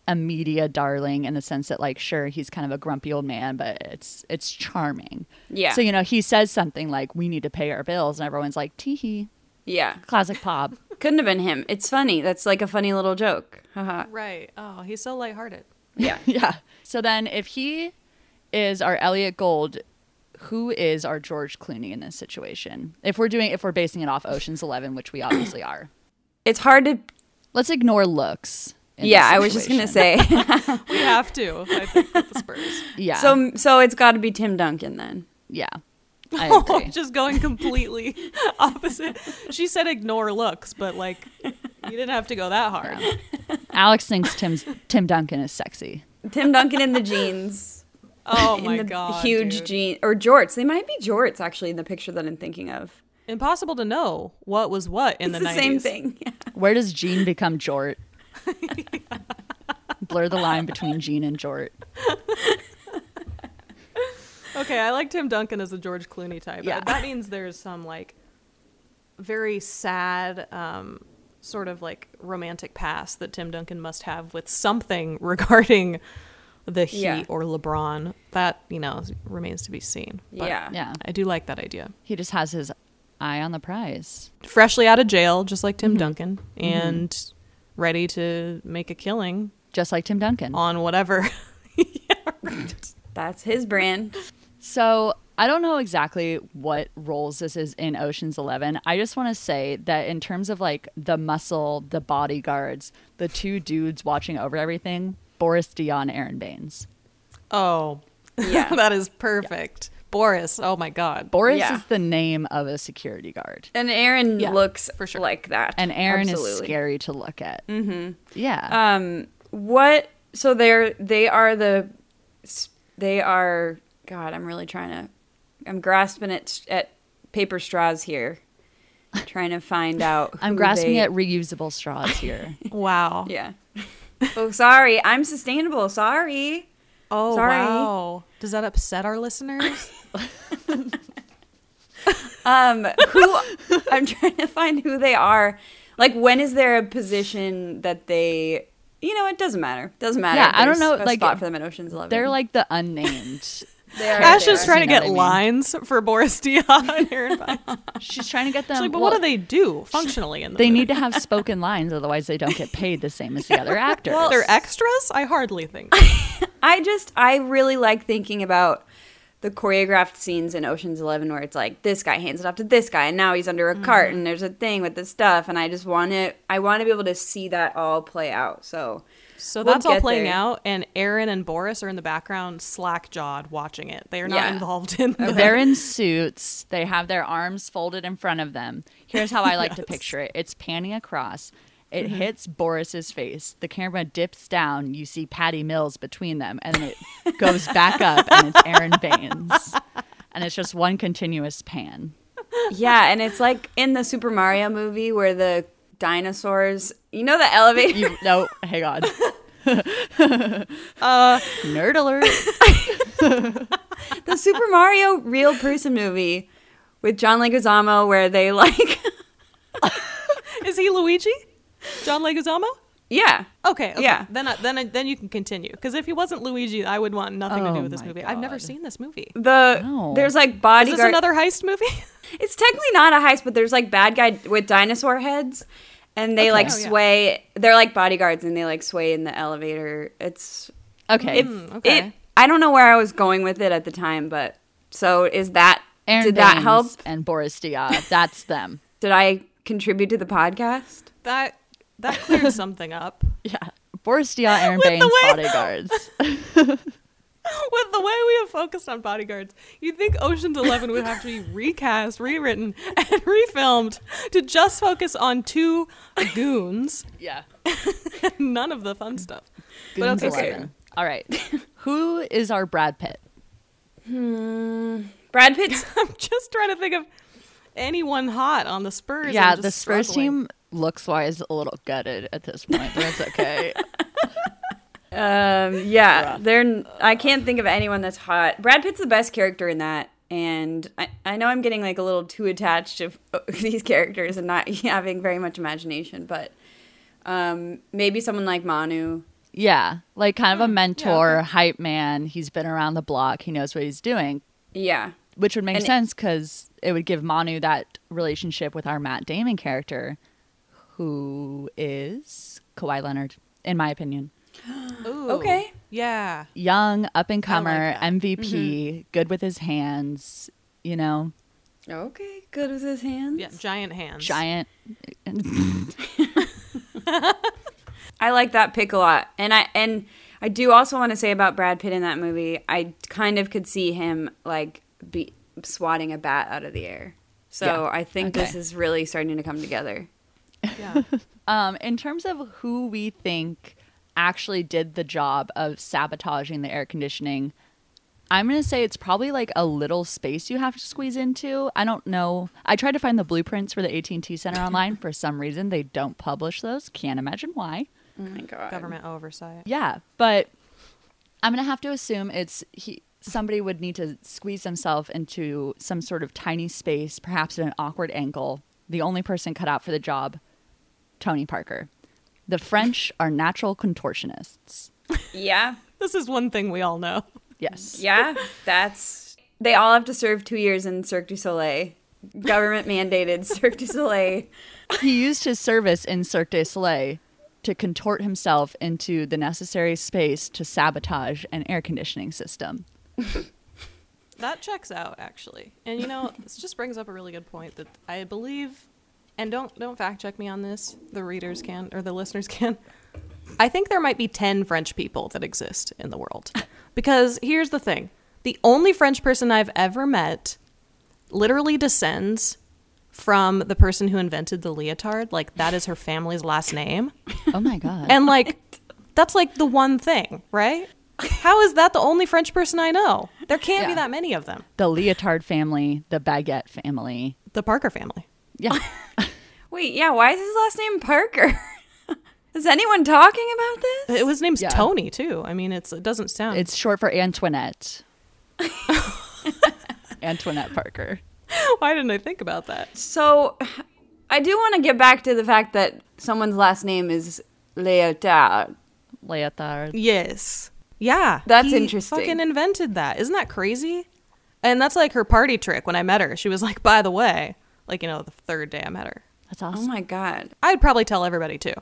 S1: a media darling in the sense that like sure he's kind of a grumpy old man but it's it's charming
S2: Yeah.
S1: so you know he says something like we need to pay our bills and everyone's like tee hee
S2: Yeah.
S1: classic pop
S2: Couldn't have been him. It's funny. That's like a funny little joke. Haha.
S3: Right. Oh, he's so lighthearted.
S2: yeah.
S1: (laughs) Yeah. So then, if he is our Elliot Gold, who is our George Clooney in this situation? If we're doing, if we're basing it off Ocean's Eleven, which we obviously are,
S2: It's hard to
S1: let's ignore looks. in
S2: Yeah,
S1: this
S2: I was just going to
S1: situation.
S2: say. (laughs)
S3: We have to. I think with the Spurs.
S1: Yeah. So
S2: So so it's got to be Tim Duncan then. (laughs)
S1: yeah, I agree.
S3: (laughs) Just going completely (laughs) opposite. She said ignore looks, but like you didn't have to go that hard.
S1: Alex thinks Tim's Tim Duncan is sexy.
S2: Tim Duncan in the (laughs) jeans.
S3: Oh
S2: in
S3: my
S2: the
S3: god.
S2: Huge
S3: dude.
S2: jeans or jorts. They might be jorts actually in the picture that I'm thinking of.
S3: Impossible to know what was what in
S2: It's
S3: the,
S2: the,
S3: 90s.
S2: same thing. (laughs) Yeah.
S1: Where does Jean become
S2: (laughs)
S1: Jort? Blur the line between Jean and Jort.
S3: Okay, I like Tim Duncan as a George Clooney type.
S1: Yeah.
S3: That means there's some like very sad um sort of like romantic past that Tim Duncan must have with something (laughs) regarding the Heat
S2: Yeah.
S3: or LeBron. That, you know, remains to be seen. But
S2: Yeah.
S1: Yeah,
S3: I do like that idea.
S1: he just has his eye on the prize.
S3: Freshly out of jail, just like Tim
S2: Mm-hmm.
S3: Duncan, and ready to make a killing
S1: Just like Tim Duncan.
S3: on
S2: (laughs)
S3: whatever. (laughs)
S2: That's his brand.
S1: So I don't know exactly what roles this is in Ocean's Eleven. I just want to say that in terms of like the muscle, the bodyguards, the two dudes watching over everything, Boris Dion, Aaron Baines.
S3: Oh,
S2: Yeah.
S3: (laughs) that is perfect. Boris, oh my God.
S1: Boris
S2: Yeah.
S1: is the name of a security guard,
S2: And Aaron
S3: Yeah,
S2: looks
S3: for sure.
S2: like that.
S1: and Aaron is
S2: Absolutely.
S1: scary to look at. Mm-hmm. Yeah,
S2: Um what so they're they are the they are god, I'm really trying to I'm grasping at at paper straws here. Trying
S1: (laughs)
S2: to find out.
S1: I'm
S2: who
S1: grasping
S2: they-
S1: at reusable straws here. (laughs)
S3: Wow.
S2: Yeah. (laughs) oh, sorry. I'm sustainable. Sorry.
S3: Oh,
S2: Sorry.
S3: wow. Does that upset our listeners?
S2: Um, who I'm trying to find who they are. Like, when is there a position that they? You know, it doesn't matter. Doesn't matter.
S1: Yeah, I don't
S2: There's
S1: know,
S2: A
S1: like,
S2: spot for them at Ocean's Eleven.
S1: They're like the unnamed.
S2: they are,
S3: (laughs) Ash
S2: they
S3: is
S2: are.
S3: trying to
S1: You know
S3: get
S1: what I mean.
S3: lines for Boris (laughs) Dion and Aaron Vines.
S1: She's trying to get them.
S3: Like, but
S1: well,
S3: what do they do functionally in the
S1: They
S3: movie?
S1: need to have spoken lines, otherwise they don't get paid the same as the other actors.
S3: They're extras? I hardly
S2: (laughs)
S3: think.
S2: I just, I really like thinking about the choreographed scenes in Ocean's Eleven where it's like this guy hands it off to this guy, and now he's under a cart, and there's a thing with this stuff, and I just want to, I want to be able to see that all play out. So,
S3: So
S2: We'll
S3: that's all
S2: get
S3: playing
S2: there.
S3: out, and Aaron and Boris are in the background, slack jawed, watching it. They are not
S2: Yeah.
S3: involved
S2: (laughs)
S3: in the
S1: They're in suits.
S2: (laughs)
S1: They have their arms folded in front of them. Here's how I like to picture it it's panning across. It
S2: Mm-hmm.
S1: hits Boris's face. The camera dips down. You see Patty Mills between them, and then it goes back up, and it's Aaron Baines, and it's just one continuous pan.
S2: Yeah, and it's like in the Super Mario movie where the dinosaurs, you know, the elevator.
S1: You no, hang on. uh,
S2: Uh,
S1: nerd alert.
S2: (laughs) the Super Mario real person movie with John Leguizamo where they like (laughs)
S3: Is he Luigi? John Leguizamo?
S2: yeah.
S3: Okay, okay.
S2: Yeah.
S3: Then, I, then, I, then you can continue. Because if he wasn't Luigi, I would want nothing
S2: Oh
S3: to do with this movie. I've never seen this movie. Is
S2: The
S1: No.
S2: there's like bodyguard
S3: this another heist movie? (laughs)
S2: It's technically not a heist, but there's like bad guy with dinosaur heads and they like
S3: Oh, yeah.
S2: sway they're like bodyguards and they like sway in the elevator. It's
S1: Okay,
S2: it,
S3: Hmm, okay.
S2: it I don't know where I was going with it at the time, but so is that
S1: Aaron
S2: did that
S1: Baines
S2: help?
S1: And Boris Diaw. That's
S2: (laughs)
S1: them.
S2: Did I contribute to the podcast?
S3: that that
S2: (laughs)
S3: clears something up.
S1: Yeah, Boris Diaw, Aaron Baines,
S3: way-
S2: (laughs)
S1: bodyguards.
S3: (laughs) With the way we have focused on bodyguards, you'd think Ocean's Eleven would have to
S1: (laughs)
S3: be recast, rewritten, and refilmed to just focus on two goons.
S1: yeah.
S3: None of the fun stuff.
S1: Goons
S3: okay, fair.
S1: 11. All right. Who is our Brad Pitt?
S2: Brad Pitt's
S3: I'm just trying to think of anyone hot on the Spurs.
S1: yeah,
S3: I'm just
S1: the Spurs
S3: struggling.
S1: team looks wise a little gutted at this point, but it's okay.
S2: Um, (laughs) yeah, they're. n- I can't think of anyone that's hot. Brad Pitt's the best character in that, and I, I know I'm getting like a little too attached (laughs) to these characters and not (laughs) having very much imagination, but um, maybe someone like Manu.
S1: yeah, like kind of a mentor, hype man. He's been around the block. He knows what he's doing,
S2: Yeah,
S1: which would make
S2: And it-
S1: sense because it would give Manu that relationship with our Matt Damon character, who is Kawhi Leonard, in my opinion.
S3: Ooh,
S2: Okay.
S3: Yeah.
S1: Young, up and comer,
S3: that.
S1: MVP, good with his hands, you know,
S2: okay, good with his hands.
S3: Yeah. Giant hands.
S1: giant.
S2: I like that pick a lot, and I and I do also want to say about Brad Pitt in that movie. I kind of could see him like be swatting a bat out of the air. So
S1: Yeah.
S2: I think this
S1: Okay.
S2: is really starting to come together.
S3: Yeah.
S1: Um, in terms of who we think actually did the job of sabotaging the air conditioning, I'm going to say it's probably like a little space you have to squeeze into. I don't know. I tried to find the blueprints for the AT&T Center online. For some reason, they don't publish those. Can't imagine why.
S2: Oh my god.
S3: Government oversight.
S1: Yeah, but I'm gonna have to assume it's he. Somebody would need to squeeze themselves into some sort of tiny space, perhaps at an awkward angle. The only person cut out for the job, Tony Parker. The French are natural contortionists.
S2: Yeah.
S3: This is one thing we all know.
S1: Yes.
S2: Yeah, that's. (laughs) They all have to serve two years in Cirque du Soleil, government mandated Cirque du Soleil.
S1: He used his service in Cirque du Soleil to contort himself into the necessary space to sabotage an air conditioning system.
S3: That checks out actually. And you know, this just brings up a really good point that I believe and don't don't fact check me on this, the readers can or the listeners (laughs) can. I think there might be 10 French people that exist in the world. Because here's the thing. The only French person I've ever met literally descends from the person who invented the leotard. Like that is her family's last name.
S1: Oh my god.
S3: And like that's like the one thing, right? How is that the only French person I know? There can't be
S1: Yeah.
S3: that many of them.
S1: (laughs) the Leotard family, the Baguette family.
S3: The Parker family.
S1: Yeah.
S2: (laughs) Wait, yeah, why is his last name Parker? (laughs) is anyone talking about this?
S3: It was named
S1: Yeah.
S3: Tony too. I mean, it's it doesn't sound.
S1: It's short for Antoinette. (laughs) Antoinette Parker.
S3: (laughs) why didn't I think about that?
S2: So, I do want to get back to the fact that someone's last name is Leotard.
S1: Leotard.
S3: Yes. Yeah.
S2: That's
S3: he
S2: interesting.
S3: Fucking invented that. Isn't that crazy? And that's like her party trick. When I met her, she was like, "By the way," like you know, the third day I met her,
S1: That's
S2: Oh
S1: awesome.
S2: my god.
S3: I'd probably tell everybody too.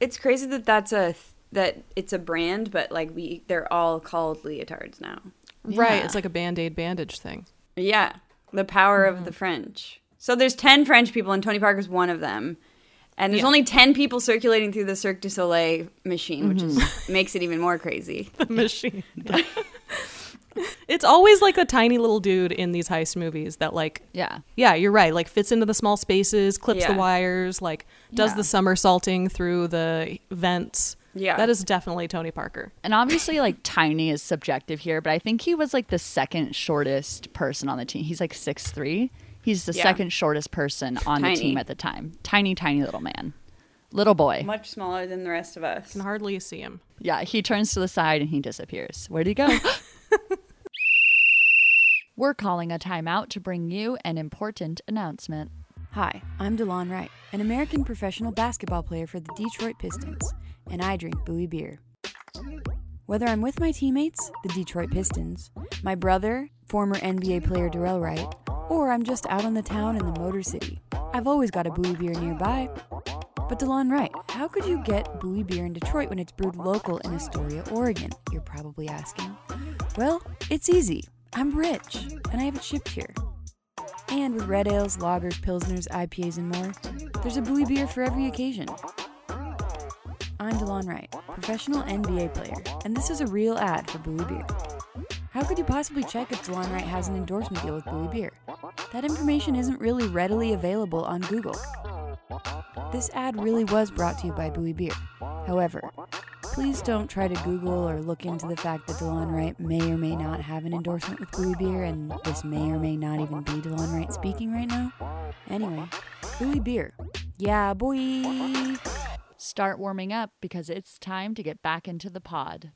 S2: It's crazy that that's a th- that it's a brand, but like we they're all called leotards now.
S3: Right. It's like a band aid bandage thing. (laughs)
S2: Yeah, the power of the French. So there's 10 French people, and Tony Parker's one of them. And there's only 10 people circulating through the Cirque du Mm-hmm. Soleil machine, which is, makes it even more crazy.
S3: The machine. (laughs) It's always like a tiny little dude in these heist movies that like
S1: Yeah.
S3: yeah, you're right, like fits into the small spaces, clips the
S2: Yeah.
S3: wires, like does
S1: Yeah.
S3: the somersaulting through the vents.
S2: Yeah.
S3: That is definitely Tony Parker.
S1: And obviously, like tiny is subjective here, but I think he was like the second shortest person on the team. He's like six three. He's the
S2: Yeah.
S1: second shortest person on
S2: Tiny.
S1: the team at the time. Tiny, tiny little man, little boy.
S2: (laughs) Much smaller than the rest of us.
S3: Can hardly see him.
S1: Yeah, he turns to the side and he disappears. Where'd he go? We're calling a timeout to bring you an important announcement.
S9: Hi, I'm DeLon Wright, an American professional basketball player for the Detroit Pistons, and I drink Bowie beer. Whether I'm with my teammates, the Detroit Pistons, my brother, former NBA player Darrell Wright, or I'm just out on the town in the Motor City, I've always got a Bowie beer nearby. But DeLon Wright, how could you get Bowie beer in Detroit when it's brewed local in Astoria, Oregon? You're probably asking. Well, it's easy. I'm rich, and I have it shipped here. And with red ales, lagers, pilsners, IPAs, and more, there's a buoy beer for every occasion. I'm DeLon Wright, professional NBA player, and this is a real ad for Buoy Beer. How could you possibly check if DeLon Wright has an endorsement deal with Buoy Beer? That information isn't really readily available on Google. This ad really was brought to you by Buoy Beer. However, please don't try to Google or look into the fact that DeLon Wright may or may not have an endorsement with Buoy Beer, and this may or may not even be DeLon Wright speaking right now. Anyway, Buoy Beer. Yeah, boy.
S1: Start warming up because it's time to get back into the pod.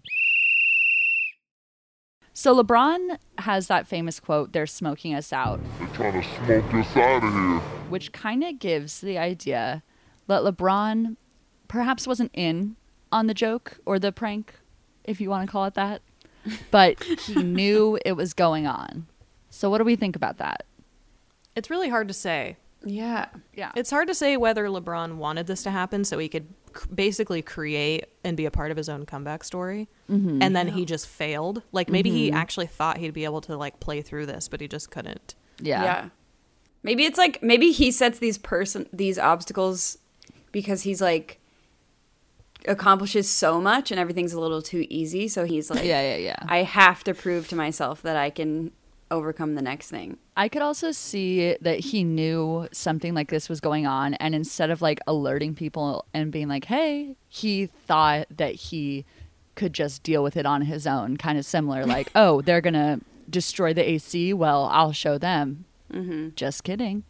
S1: So LeBron has that famous quote, they're smoking us out,
S5: They're trying to smoke us out of here.
S1: which kind of gives the idea that LeBron perhaps wasn't in on the joke or the prank, if you want to call it that, but he knew it was going on. So what do we think about that?
S3: It's really hard to say.
S2: Yeah.
S1: Yeah.
S3: It's hard to say whether LeBron wanted this to happen so he could c- basically create and be a part of his own comeback story. And then he just failed. Like maybe he actually thought he'd be able to like play through this, but he just couldn't.
S1: yeah.
S2: Yeah. Maybe it's like maybe he sets these person these obstacles because he's like accomplishes so much and everything's a little too easy, so he's like
S1: Yeah, yeah, yeah.
S2: I have to prove to myself that I can overcome the next thing.
S1: I could also see that he knew something like this was going on, and instead of like alerting people and being like, "Hey," he thought that he could just deal with it on his own, kind of similar, like, "Oh, they're gonna destroy the AC. Well, I'll show them." Just kidding.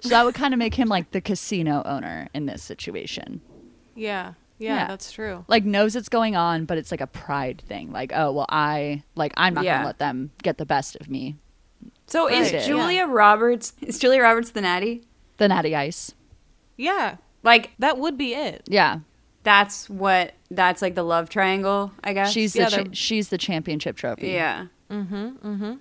S1: So that would kind of make him like the casino owner in this situation.
S3: Yeah. Yeah, that's true.
S1: Like knows it's going on, but it's like a pride thing. Like, oh well, I like I'm not
S2: Yeah.
S1: gonna let them get the best of me.
S2: So is
S1: Right.
S2: Julia Roberts is Julia Roberts the natty?
S1: The natty ice.
S3: Yeah.
S2: Like
S3: That would be it.
S1: Yeah.
S2: that's what that's like the love triangle, I guess.
S1: She's
S3: Yeah,
S1: the cha-
S3: they're-
S1: she's the championship trophy.
S2: yeah.
S1: Mm.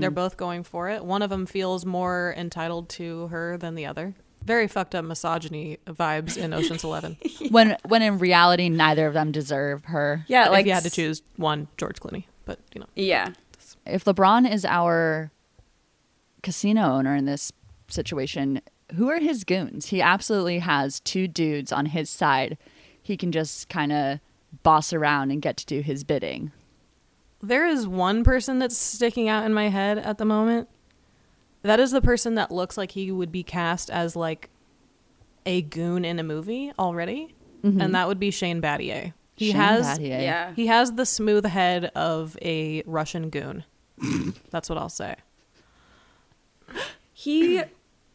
S3: They're both going for it. One of them feels more entitled to her than the other. Very fucked up misogyny vibes in
S1: (laughs)
S3: Ocean's 11.
S1: (laughs) When when in reality neither of them deserve her.
S2: Yeah,
S3: like
S2: like
S3: if you had to choose one, George Clooney, but you know.
S2: Yeah.
S1: If LeBron is our casino owner in this situation, who are his goons? He absolutely has two dudes on his side. He can just kind of boss around and get to do his bidding.
S3: There is one person that's sticking out in my head at the moment. That is the person that looks like he would be cast as like a goon in a movie already, and that would be Shane Battier. He
S1: Mm-hmm. Shane
S3: has
S1: Battier.
S2: Yeah.
S3: he has the smooth head of a
S1: (laughs)
S3: Russian goon. that's what I'll say.
S2: He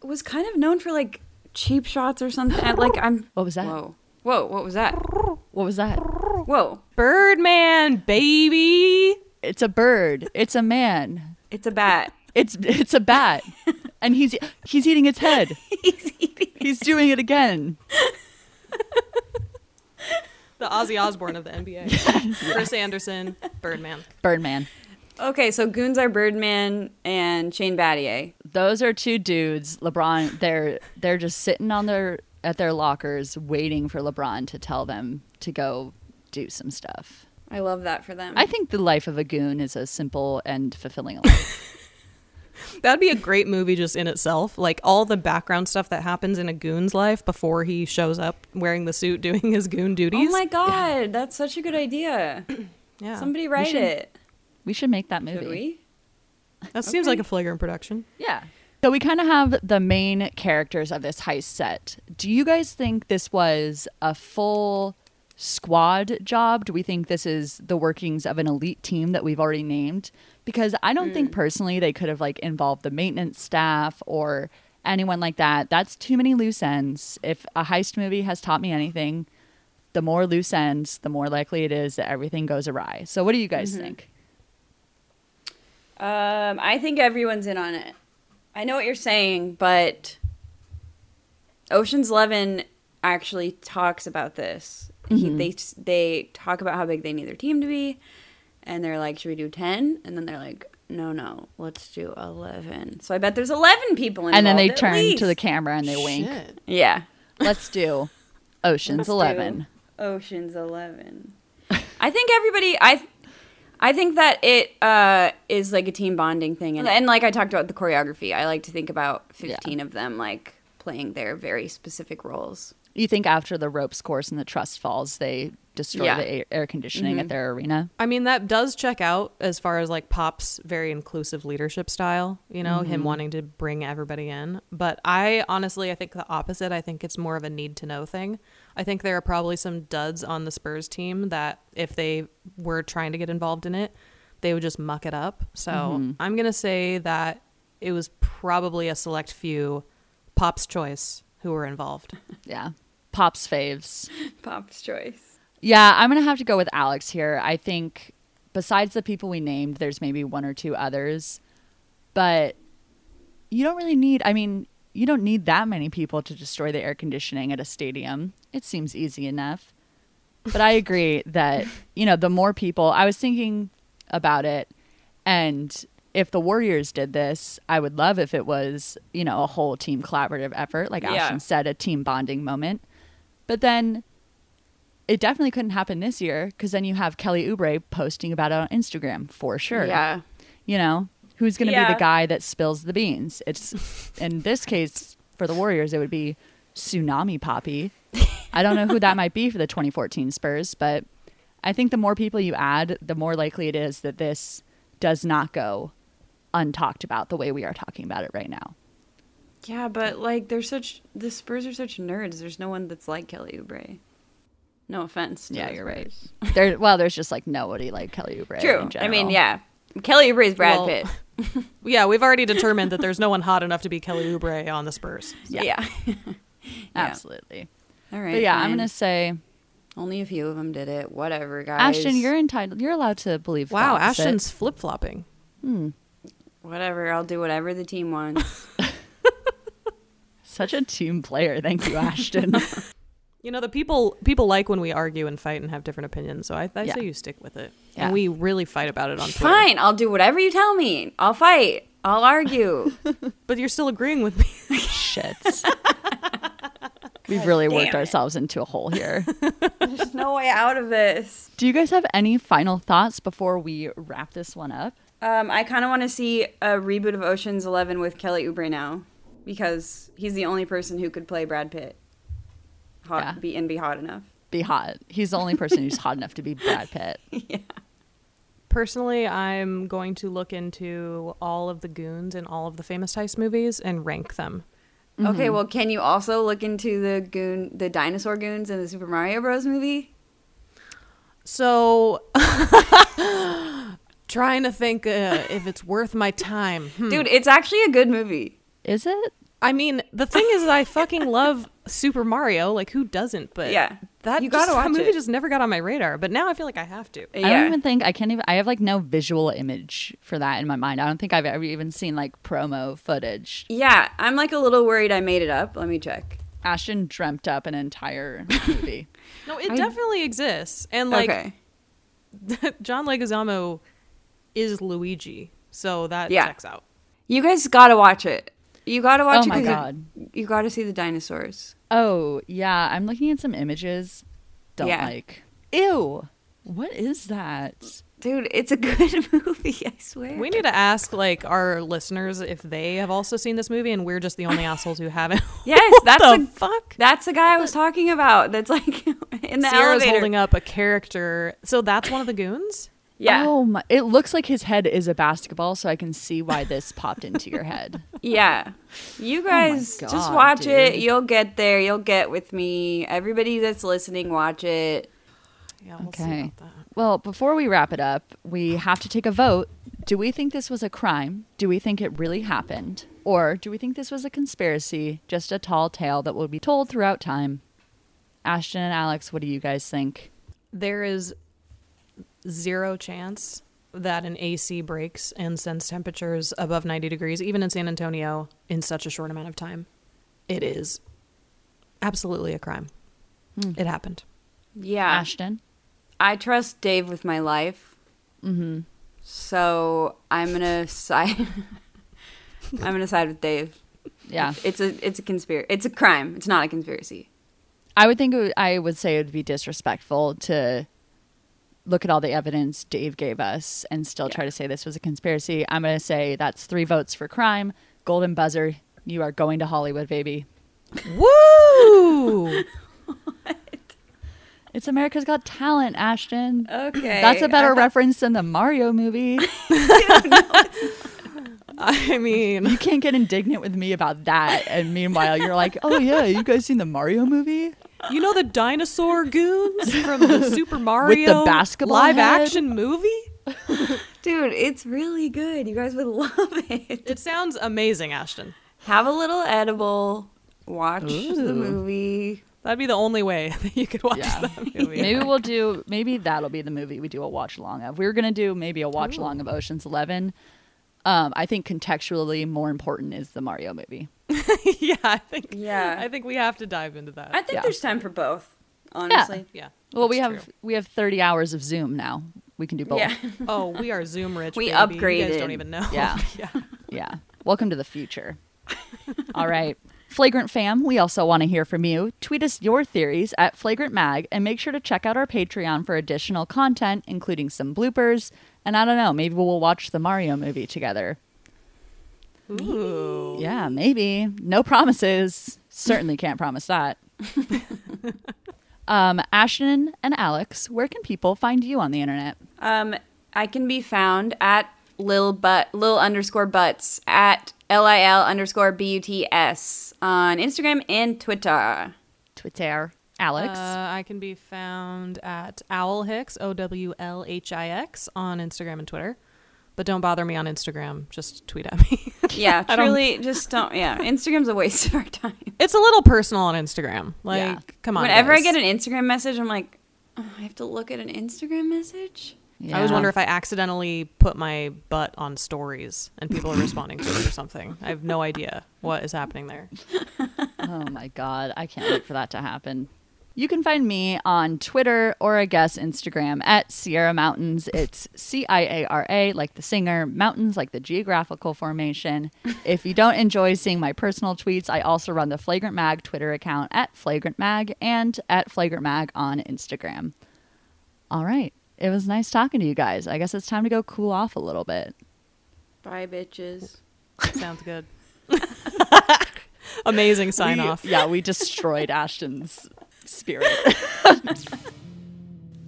S2: was kind of known for like cheap shots or something. I- Like (laughs) I'm
S1: What was that?
S2: Whoa. Whoa, what was that?
S1: What was that?
S2: Whoa.
S3: Birdman, baby.
S1: It's a bird. It's a man.
S2: It's a bat.
S1: It's it's a bat. and he's he's eating its head.
S2: (laughs) He's eating.
S1: He's doing it again.
S3: The Ozzy Osbourne of the (laughs) NBA. Chris Anderson, Birdman.
S1: Birdman.
S2: Okay, so goons are Birdman and Shane Battier.
S1: those are two dudes lebron they're they're just sitting on their at their lockers waiting for lebron to tell them to go do some stuff
S2: I love that for them.
S1: i think the life of a goon is a simple and fulfilling life
S3: That'd be a great movie just in itself. Like all the background stuff that happens in a goon's life before he shows up wearing the suit doing his goon
S2: oh
S3: duties.
S2: my god, that's such a good idea.
S3: yeah.
S2: Somebody write it.
S1: We should make that movie.
S2: Should we?
S3: That seems like a flagrant production.
S1: Yeah. So we kind of have the main characters of this heist set. Do you guys think this was a full squad job? Do we think this is the workings of an elite team that we've already named? Because I don't think personally they could have like involved the maintenance staff or anyone like that. That's too many loose ends. If a heist movie has taught me anything, the more loose ends, the more likely it is that everything goes awry. So what do you guys think?
S2: Um, I think everyone's in on it. I know what you're saying, but Ocean's Eleven actually talks about this.
S1: Mm-hmm.
S2: He, they they talk about how big they need their team to be, and they're like, "Should we do 10? And then they're like, "No, no, let's do 11. So I bet there's eleven people involved.
S1: And then they
S2: at
S1: turn to the
S2: least.
S1: camera and they wink.
S3: Shit.
S2: yeah.
S1: Let's do Ocean's Eleven.
S2: do Ocean's Eleven. (laughs) I think everybody. I. I think that it uh, is like a team bonding thing, and, and like I talked about the choreography, I like to think about fifteen of them like playing their very specific roles.
S1: You think after the ropes course and the trust falls, they destroy
S2: Yeah. Mm-hmm.
S1: the air, air conditioning at their arena?
S3: I mean, that does check out as far as like Pop's very inclusive leadership style, you know, him wanting to bring everybody in. But I honestly, I think the opposite. I think it's more of a need to know thing. I think there are probably some duds on the Spurs team that if they were trying to get involved in it, they would just muck it up. So I'm going to say that it was probably a select few Pop's choice who were involved.
S1: Yeah. Pop's faves.
S2: Pop's choice.
S1: Yeah, I'm going to have to go with Alex here. I think besides the people we named, there's maybe one or two others. But you don't really need, I mean, you don't need that many people to destroy the air conditioning at a stadium. It seems easy enough. But I agree that, you know, the more people, I was thinking about it. And if the Warriors did this, I would love if it was, you know, a whole team collaborative effort, like
S2: Yeah.
S1: Ashton said, a team bonding moment. But then it definitely couldn't happen this year because then you have Kelly Oubre posting about it on Instagram for sure.
S2: Yeah.
S1: You know, who's going to be
S2: Yeah.
S1: the guy that spills the beans? It's in this case for the Warriors, it would be Tsunami Poppy. I don't know who that might be for the 2014 Spurs, but I think the more people you add, the more likely it is that this does not go untalked about the way we are talking about it right now.
S2: Yeah, but like they're such the Spurs are such nerds. There's no one that's like Kelly Oubre. No offense. To
S1: Yeah,
S2: those
S1: you're right.
S2: Spurs.
S1: There, well, there's just like nobody like Kelly Oubre.
S2: True.
S1: in
S2: I
S1: general.
S2: mean, yeah, Kelly Oubre is Brad
S1: (laughs)
S3: Well,
S2: Pitt.
S3: Yeah, we've already determined that there's no one hot enough to be Kelly Oubre on the Spurs.
S2: Yeah. (laughs)
S1: absolutely.
S2: All right.
S1: But yeah, I'm
S2: fine.
S1: gonna say
S2: Only a few of them did it. Whatever, guys.
S1: Ashton, you're entitled. You're allowed to believe.
S3: Wow,
S1: the opposite.
S3: Ashton's flip flopping.
S2: whatever. I'll do whatever the team wants.
S1: (laughs) such a team player. Thank you,
S3: (laughs)
S1: Ashton.
S3: You know, the people people like when we argue and fight and have different opinions. So I, I
S1: Yeah.
S3: say you stick with it.
S1: Yeah.
S3: And we really fight about it on Twitter.
S2: Fine, I'll do whatever you tell me. I'll fight. I'll argue.
S3: But you're still agreeing with me. (laughs)
S1: Shit. We've really worked ourselves into a hole here.
S2: There's no way out of this.
S1: Do you guys have any final thoughts before we wrap this one up?
S2: Um, I kind of want to see a reboot of Ocean's Eleven with Kelly Oubre now, because he's the only person who could play Brad Pitt, hot
S1: Yeah.
S2: be and be hot enough.
S1: Be hot. He's the only person who's hot enough to be Brad Pitt.
S3: Personally, I'm going to look into all of the goons in all of the famous heist movies and rank them.
S1: Mm-hmm.
S2: Okay, well, can you also look into the goon, the dinosaur goons in the Super Mario Bros. movie?
S3: So (laughs) trying to think uh, if it's worth my time. Hmm.
S2: Dude, it's actually a good movie.
S1: Is it?
S3: I mean, the thing is, I fucking love (laughs) Super Mario. Like, who doesn't? But
S2: Yeah.
S3: that
S2: You
S3: just-
S2: gotta
S3: that
S2: watch
S3: movie
S2: it.
S3: just never got on my radar. But now I feel like I have to.
S1: I don't even think I can't even. I have like no visual image for that in my mind. I don't think I've ever even seen like promo footage.
S2: yeah, I'm like a little worried I made it up. Let me check.
S1: Ashton dreamt up an entire movie.
S3: No, it definitely exists. And like
S2: okay.
S3: (laughs) John Leguizamo is Luigi, so that
S2: Yeah.
S3: checks out.
S2: You guys gotta watch it. You gotta watch
S1: Oh
S2: it.
S1: my
S2: 'cause you-
S1: God.
S2: You gotta see the dinosaurs.
S1: Oh, yeah. I'm looking at some images. Don't
S2: Yeah.
S1: like. Ew. What is that?
S2: Dude, it's a (laughs) good movie, I swear.
S3: We need to ask like our listeners if they have also seen this movie, and we're just the only assholes who haven't. (laughs)
S2: yes,
S3: What
S2: that's
S3: the
S2: a,
S3: fuck.
S2: That's the guy I was talking about. That's like (laughs) in the
S3: Sierra's
S2: elevator.
S3: holding up a character, so that's one of the goons.
S2: Yeah.
S1: Oh my! It looks like his head is a basketball, so I can see why this popped into your head.
S2: Yeah. You guys just
S1: God,
S2: watch it.
S1: dude.
S2: You'll get there. You'll get with me. Everybody that's listening, watch it.
S3: Yeah, (laughs) we'll see
S1: Okay.
S3: about that.
S1: Well, before we wrap it up, we have to take a vote. Do we think this was a crime? Do we think it really happened? Or do we think this was a conspiracy, just a tall tale that will be told throughout time? Ashton and Alex, what do you guys think?
S3: There is zero chance that an AC breaks and sends temperatures above 90 degrees, even in San Antonio, in such a short amount of time. It is absolutely a crime.
S1: Hmm. (laughs)
S3: It happened.
S2: Yeah.
S1: Ashton?
S2: I trust Dave with my life. Mm-hmm. So I'm gonna (laughs) side. I'm gonna side with Dave.
S1: Yeah.
S2: It's a it's a conspiracy. It's a crime. It's not a conspiracy.
S1: I would think it would, I would say it would be disrespectful to look at all the evidence Dave gave us and still try to say this was a conspiracy. I'm going to say that's three votes for crime. Golden buzzer. You are going to Hollywood, baby. (laughs)
S3: Woo!
S1: It's America's Got Talent, Ashton.
S2: Okay.
S1: That's a better reference than the Mario movie.
S3: I mean,
S1: You can't get indignant with me about that. And meanwhile, you're like, oh, yeah, you guys seen the Mario movie?
S3: (laughs) you know the dinosaur goons
S1: (laughs)
S3: from the Super Mario
S1: basketball
S3: live
S1: head?
S3: action movie?
S2: (laughs) Dude, it's really good. You guys would love it.
S3: It sounds amazing, Ashton.
S2: Have a little edible. Watch the movie.
S3: That'd be the only way (laughs) that you could watch
S1: Yeah.
S3: that movie.
S1: Maybe we'll do, maybe that'll be the movie we do a watch along of. We were going to do maybe a watch along of Ocean's Eleven. Um, I think contextually more important is the Mario movie.
S3: (laughs) yeah, I think.
S2: Yeah.
S3: I think we have to dive into that.
S2: I think
S1: Yeah.
S2: there's time for both. Honestly.
S3: yeah.
S1: Well, we
S3: that's
S1: have
S3: true.
S1: we have 30 hours of Zoom now. We can do both.
S2: Yeah.
S3: Oh, we are Zoom
S2: (laughs)
S3: rich.
S2: We
S3: baby. You guys
S2: upgraded.
S3: don't even know.
S1: Yeah.
S3: (laughs) yeah.
S1: Yeah. Welcome to the future. All right. Flagrant fam, we also want to hear from you. Tweet us your theories at Flagrant Mag and make sure to check out our Patreon for additional content, including some bloopers. And I don't know, maybe we'll watch the Mario movie together.
S3: Ooh.
S1: Yeah, maybe. No promises. Certainly can't promise
S3: (laughs)
S1: that. um, Ashton and Alex, where can people find you on the internet?
S2: Um, I can be found at lil but lil underscore butts at l i l underscore b u t s on Instagram and
S1: (laughs)
S2: Twitter.
S1: Twitter. Alex.
S3: Uh, I can be found at Owl Hicks, O W L H I X, on Instagram and Twitter. But don't bother me on Instagram. Just tweet at me. (laughs)
S2: Yeah,
S3: I don't-
S2: truly, just don't. Yeah, Instagram's a waste of our time.
S3: it's a little personal on Instagram. Like,
S1: Yeah.
S3: come on.
S2: Whenever I
S3: guys.
S2: get an Instagram message, I'm like, "Oh, I have to look at an Instagram message.
S1: Yeah.
S3: I always wonder if I accidentally put my butt on stories and people are responding to it or something. I have no idea what is
S2: (laughs)
S3: happening there.
S1: Oh my God. I can't wait for that to happen. You can find me on Twitter or I guess Instagram at Sierra Mountains. It's C I A R A, like the singer, mountains, like the geographical formation. If you don't enjoy seeing my personal tweets, I also run the Flagrant Mag Twitter account at Flagrant Mag and at Flagrant Mag on Instagram. All right. It was nice talking to you guys. I guess it's time to go cool off a little bit.
S2: Bye, bitches.
S3: Sounds good. (laughs) Amazing sign
S1: We-
S3: off.
S1: Yeah, we destroyed Ashton's spirit. (laughs)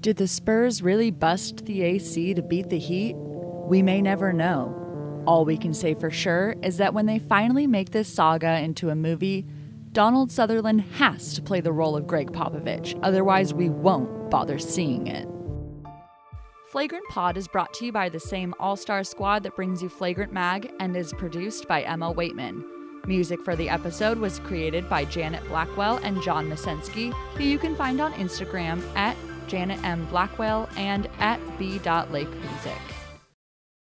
S1: Did the Spurs really bust the AC to beat the Heat? We may never know. All we can say for sure is that when they finally make this saga into a movie, Donald Sutherland has to play the role of Greg Popovich, otherwise, we won't bother seeing it. Flagrant Pod is brought to you by the same all star squad that brings you Flagrant Mag and is produced by Emma Waitman. Music for the episode was created by Janet Blackwell and John Masensky, who you can find on Instagram at Janet M. Blackwell and at B.LakeMusic.